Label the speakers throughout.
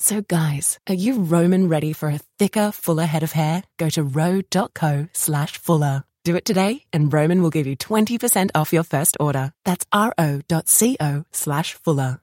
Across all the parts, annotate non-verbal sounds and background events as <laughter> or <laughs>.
Speaker 1: So guys, are you Roman ready for a thicker, fuller head of hair? Go to ro.co slash fuller. Do it today and Roman will give you 20% off your first order. That's ro.co slash fuller.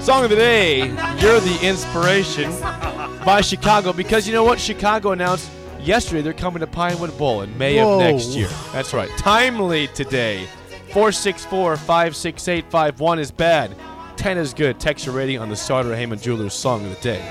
Speaker 2: Song of the day, You're the Inspiration by Chicago. Because you know what? Chicago announced yesterday they're coming to Pinewood Bowl in May
Speaker 3: Whoa.
Speaker 2: of next year. That's right. Timely today. 464 568 51 is bad. 10 is good. Text your rating on the Starter Heyman Jewelers Song of the Day.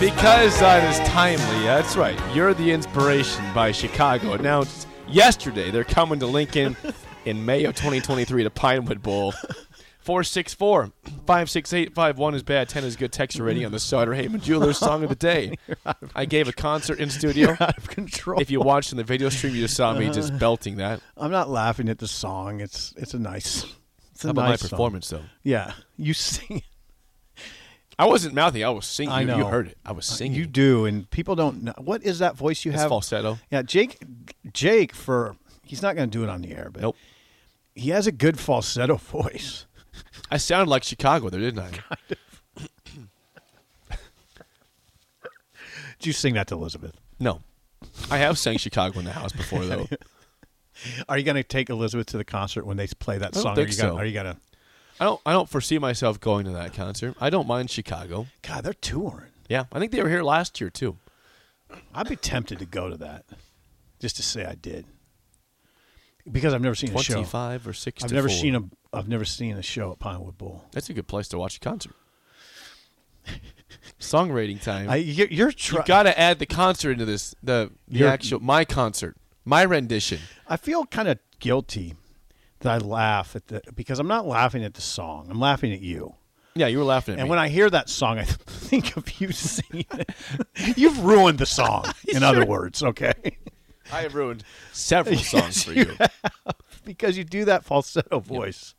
Speaker 2: Because that is timely. yeah, That's right. You're the Inspiration by Chicago announced yesterday they're coming to
Speaker 4: <laughs>
Speaker 2: Lincoln in May of 2023 to Pinewood Bowl. 464 568 51 is bad. 10 is good. Text your rating on the Sutter Heyman Jewelers Song of the
Speaker 4: <laughs>
Speaker 2: Day. I gave a concert in <laughs> studio.
Speaker 4: out of control.
Speaker 2: If you watched in the video stream, you just saw me
Speaker 4: Uh,
Speaker 2: just belting that.
Speaker 4: I'm not laughing at the song. It's it's a nice. It's a
Speaker 2: How about
Speaker 4: nice
Speaker 2: my
Speaker 4: song.
Speaker 2: performance, though?
Speaker 4: Yeah, you sing.
Speaker 2: I wasn't mouthing. I was singing.
Speaker 4: I
Speaker 2: You- You
Speaker 4: know. Uh,
Speaker 2: heard it. I was singing.
Speaker 4: You do, and people don't know what is that voice you
Speaker 2: It's
Speaker 4: have.
Speaker 2: falsetto.
Speaker 4: Yeah, Jake. Jake for he's not going to do it on the air, but
Speaker 2: Nope.
Speaker 4: he has a good falsetto <laughs> voice.
Speaker 2: I sounded like Chicago there, didn't I?
Speaker 4: <laughs> Did you sing that to Elizabeth?
Speaker 2: No. I have sang Chicago in the house before, though.
Speaker 4: Are you going to take Elizabeth to the concert when they play that
Speaker 2: don't
Speaker 4: song?
Speaker 2: think
Speaker 4: are you gonna-
Speaker 2: so.
Speaker 4: Are you going to?
Speaker 2: I don't. I don't foresee myself going to that concert. I don't mind Chicago.
Speaker 4: God, they're touring.
Speaker 2: Yeah, I think they were here last year too.
Speaker 4: I'd be tempted to go to that, just to say I did, because I've never seen a show.
Speaker 2: Twenty-five or six.
Speaker 4: I've
Speaker 2: to
Speaker 4: never
Speaker 2: four.
Speaker 4: seen a. I've never seen a show at Pinewood Bowl.
Speaker 2: That's a good place to watch a concert. <laughs> Song rating time.
Speaker 4: I, you're you're try-
Speaker 2: you got to add the concert into this. The the
Speaker 4: You're-
Speaker 2: actual my concert, my rendition.
Speaker 4: I feel kind of guilty that I laugh at the because I'm not laughing at the song. I'm laughing at you.
Speaker 2: Yeah, you were laughing at
Speaker 4: And
Speaker 2: me.
Speaker 4: when I hear that song, I <laughs> think of you <laughs> singing it. You've ruined the <laughs> song. In other words, okay, <laughs>
Speaker 2: I have ruined several songs for you.
Speaker 4: because you do that falsetto voice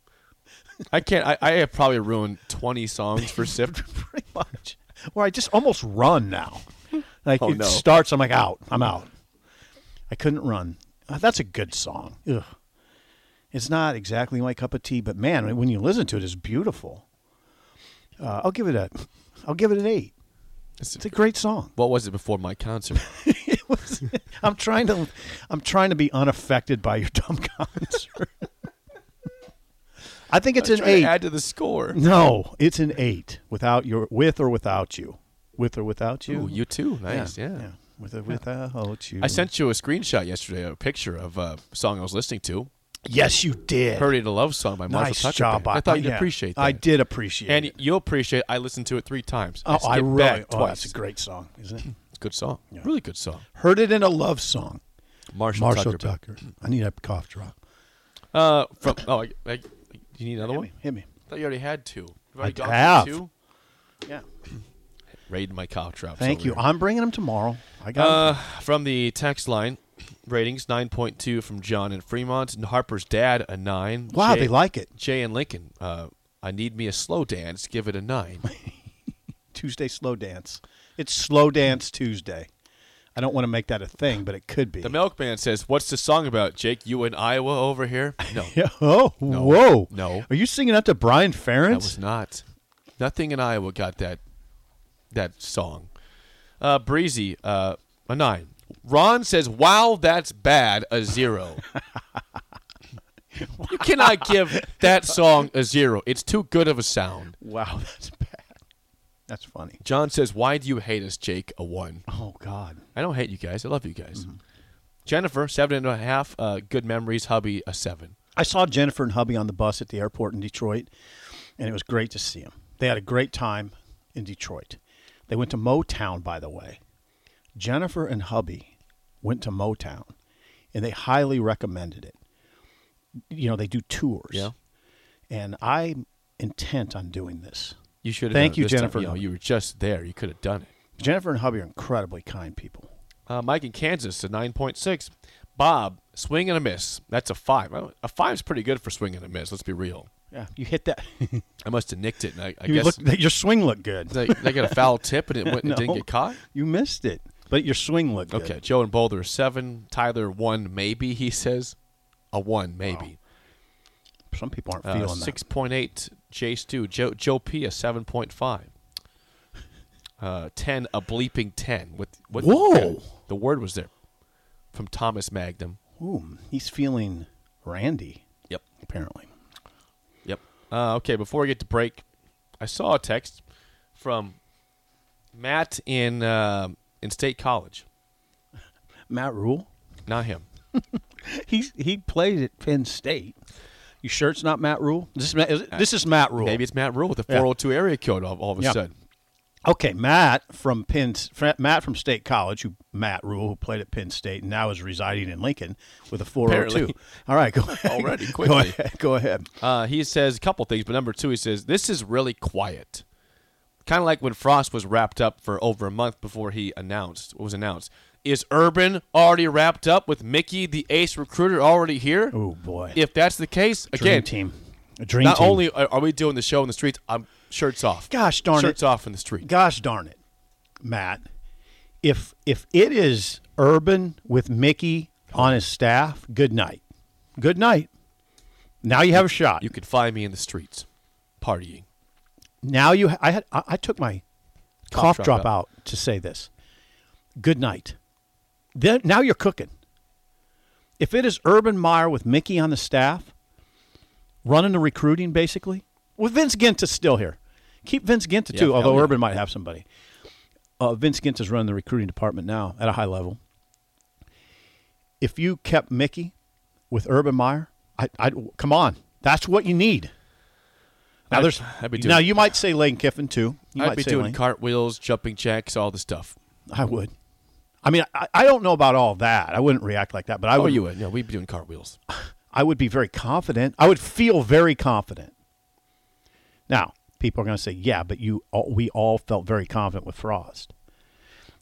Speaker 2: I can't. I, I have probably ruined twenty songs for Sift.
Speaker 4: <laughs> pretty much. Where I just almost run now. Like
Speaker 2: Oh,
Speaker 4: it
Speaker 2: no.
Speaker 4: starts, I'm like out. I'm out. I couldn't run. Uh, That's a good song. Ugh. It's not exactly my cup of tea, but man, when you listen to it, it's beautiful. Uh, I'll give it a, I'll give it an eight. It's a great song. <laughs>
Speaker 2: What was it before my concert?
Speaker 4: It was- I'm trying to, I'm trying to be unaffected by your dumb <laughs> comments. I think it's an
Speaker 2: Trying
Speaker 4: eight.
Speaker 2: to add to the score. <laughs>
Speaker 4: no, it's an eight without your, with or without you, with or without you.
Speaker 2: Ooh, you too. Nice. Yeah.
Speaker 4: With or without you.
Speaker 2: I sent you a screenshot yesterday, a picture of a song I was listening to.
Speaker 4: Yes, you did.
Speaker 2: Heard it a love song by Marshall
Speaker 4: nice
Speaker 2: Tucker
Speaker 4: job.
Speaker 2: Band. I thought you'd
Speaker 4: yeah.
Speaker 2: appreciate that.
Speaker 4: I did appreciate
Speaker 2: And
Speaker 4: it.
Speaker 2: you'll appreciate I listened to it three times.
Speaker 4: Oh, I
Speaker 2: skipped
Speaker 4: really.
Speaker 2: back
Speaker 4: oh,
Speaker 2: twice.
Speaker 4: that's a great song, isn't
Speaker 2: <laughs>
Speaker 4: it?
Speaker 2: Good song. Really good song.
Speaker 4: Heard it in a love song.
Speaker 2: Marshall,
Speaker 4: Marshall
Speaker 2: Tucker. Band.
Speaker 4: Tucker. I need a cough drop.
Speaker 2: Uh, from oh, I, I, you need another
Speaker 4: Hit
Speaker 2: one?
Speaker 4: me. Hit me.
Speaker 2: I thought you already had two. You've already
Speaker 4: I
Speaker 2: gone through
Speaker 4: have.
Speaker 2: two.
Speaker 4: Yeah.
Speaker 2: Raid my cow traps.
Speaker 4: Thank
Speaker 2: over
Speaker 4: you.
Speaker 2: here.
Speaker 4: I'm bringing them tomorrow. I got. 'em.
Speaker 2: Uh, from the text line, ratings nine point two from John in Fremont and Harper's dad a nine.
Speaker 4: wow,
Speaker 2: Jay,
Speaker 4: they like it.
Speaker 2: Jay and Lincoln. Uh, I need me a slow dance. Give it a nine.
Speaker 4: Tuesday slow dance. It's slow dance Tuesday. I don't want to make that a thing, but it could be.
Speaker 2: the milkman says, "What's the song about, Jake? You in Iowa over here?" No,
Speaker 4: <laughs> yeah. Oh, whoa.
Speaker 2: No.
Speaker 4: Are you singing out to Brian Ferentz?
Speaker 2: that was not. Nothing in Iowa got that that song. Uh, Breezy uh, a nine. Ron says, "Wow, that's bad." A zero. You cannot give that song a zero. It's too good of a sound. <laughs>
Speaker 4: wow, that's bad. That's funny.
Speaker 2: John says, "Why do you hate us, Jake?" A one.
Speaker 4: Oh God.
Speaker 2: I don't hate you guys. I love you guys. Jennifer, seven and a half. Uh, good memories. Hubby, a seven.
Speaker 4: I saw Jennifer and hubby on the bus at the airport in Detroit, and it was great to see them. They had a great time in Detroit. They went to Motown, by the way. Jennifer and hubby went to Motown, and they highly recommended it. You know, they do tours.
Speaker 2: Yeah.
Speaker 4: And I'm intent on doing this.
Speaker 2: You should. have
Speaker 4: Thank
Speaker 2: done it
Speaker 4: you,
Speaker 2: this time.
Speaker 4: Jennifer.
Speaker 2: You, know, you were just there. You could have done it.
Speaker 4: Jennifer and hubby are incredibly kind people.
Speaker 2: Uh, Mike in Kansas, a nine point six. Bob, swing and a miss. That's a five. Well, A five's pretty good for swing and a miss. Let's be real.
Speaker 4: Yeah. You hit that.
Speaker 2: I must have nicked it. And I, I
Speaker 4: <laughs> you
Speaker 2: guess
Speaker 4: look, your swing looked good.
Speaker 2: they, they got a foul tip and it, went, it didn't
Speaker 4: <laughs> No.
Speaker 2: get caught.
Speaker 4: You missed it, but your swing looked good.
Speaker 2: Okay, Joe and Boulder seven. Tyler one maybe. He says a one maybe.
Speaker 4: Some people aren't
Speaker 2: Uh,
Speaker 4: feeling that.
Speaker 2: six point eight. Jay Stu. Joe Joe P a seven point five. Uh, ten a bleeping ten with with
Speaker 4: Whoa.
Speaker 2: the word was there from Thomas Magnum.
Speaker 4: Ooh, he's feeling randy,
Speaker 2: Yep.
Speaker 4: apparently.
Speaker 2: Yep. Uh, okay. Before we get to break, I saw a text from Matt in uh, in State College.
Speaker 4: Matt Rule.
Speaker 2: Not him.
Speaker 4: He he played at Penn State. You sure it's not Matt Rule? This is Matt, is it- this is Matt Rule.
Speaker 2: Maybe it's Matt Rule with a
Speaker 4: Yeah.
Speaker 2: 402 area code all, all of a
Speaker 4: Yeah.
Speaker 2: sudden.
Speaker 4: okay. Matt from Penn Fra- Matt from State College, who Matt Rule, who played at Penn State and now is residing in Lincoln with a four hundred two.
Speaker 2: Apparently.
Speaker 4: <laughs> All right, go ahead.
Speaker 2: Already,
Speaker 4: <laughs> Go
Speaker 2: quickly.
Speaker 4: ahead. Go ahead.
Speaker 2: Uh, he says a couple things, but number two, he says this is really quiet, kind of like when Frost was wrapped up for over a month before he announced what was announced. Is Urban already wrapped up with Mickey, the ace recruiter, already here?
Speaker 4: Oh boy.
Speaker 2: If that's the case,
Speaker 4: Dream
Speaker 2: again,
Speaker 4: team. A dream
Speaker 2: not
Speaker 4: team.
Speaker 2: only are are we doing the show in the streets, I'm shirts off.
Speaker 4: Gosh darn it.
Speaker 2: shirts off in the street.
Speaker 4: gosh darn it, Matt. If if it is Urban with Mickey on his staff, good night. Good night. Now you have a shot.
Speaker 2: You could find me in the streets, partying.
Speaker 4: now you ha- I had I, I took my cough,
Speaker 2: drop
Speaker 4: drop, out to say this. Good night. Then now you're cooking. If it is Urban Meyer with Mickey on the staff, running the recruiting basically, with Vince Ginta still here, keep Vince Ginta
Speaker 2: Yeah,
Speaker 4: too.
Speaker 2: hell
Speaker 4: Although
Speaker 2: yeah.
Speaker 4: Urban might have somebody. Uh, Vince Ginta's running the recruiting department now at a high level. If you kept Mickey with Urban Meyer, I, I come on. That's what you need. Now
Speaker 2: I'd-
Speaker 4: there's
Speaker 2: I'd be
Speaker 4: now
Speaker 2: doing-
Speaker 4: you might say Lane Kiffin too. You
Speaker 2: I'd
Speaker 4: might
Speaker 2: be
Speaker 4: say
Speaker 2: doing
Speaker 4: Lane.
Speaker 2: cartwheels, jumping jacks, all the stuff.
Speaker 4: I would. I mean, I, I don't know about all that. I wouldn't react like that, but I
Speaker 2: Oh,
Speaker 4: would.
Speaker 2: you would? No, we'd be doing cartwheels.
Speaker 4: I would be very confident. I would feel very confident. Now, people are going to say, "Yeah, but you, all, we all felt very confident with Frost."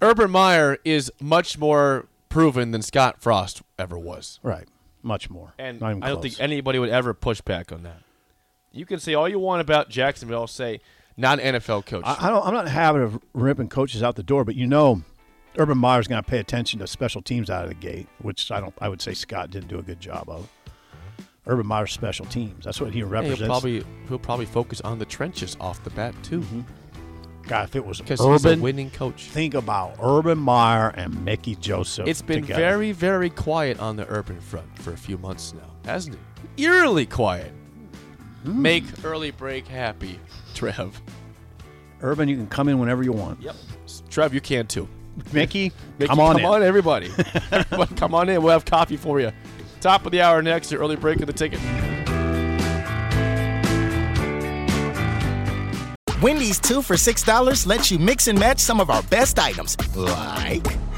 Speaker 2: Urban Meyer is much more proven than Scott Frost ever was.
Speaker 4: Right. Much more.
Speaker 2: And
Speaker 4: Not
Speaker 2: I
Speaker 4: even
Speaker 2: don't
Speaker 4: close.
Speaker 2: think anybody would ever push back on that. You can say all you want about Jacksonville, I'll say not an NFL coach.
Speaker 4: I, I don't. I'm not in the habit of ripping coaches out the door, but you know, Urban Meyer's going to pay attention to special teams out of the gate, which I don't. I would say Scott didn't do a good job of. Urban Meyer's special teams. That's what he
Speaker 2: And
Speaker 4: represents.
Speaker 2: he'll probably he'll probably focus on the trenches off the bat too,
Speaker 4: Mm-hmm. God, if it was
Speaker 2: because he's a
Speaker 4: Urban,
Speaker 2: winning coach.
Speaker 4: think about Urban Meyer and Mickey Joseph.
Speaker 2: It's been
Speaker 4: together.
Speaker 2: very very quiet on the urban front for a few months now, hasn't it? Eerily quiet.
Speaker 4: Hmm.
Speaker 2: Make early break happy, Trev.
Speaker 4: Urban. You can come in whenever you want.
Speaker 2: Yep. Trev, you can too.
Speaker 4: Mickey,
Speaker 2: Mickey,
Speaker 4: come on
Speaker 2: come
Speaker 4: in.
Speaker 5: on,
Speaker 4: <laughs>
Speaker 5: everybody. everybody. Come on in. We'll have coffee for you. Top of the hour next, your early break of the ticket.
Speaker 6: Wendy's two for $6 lets you mix and match some of our best items, like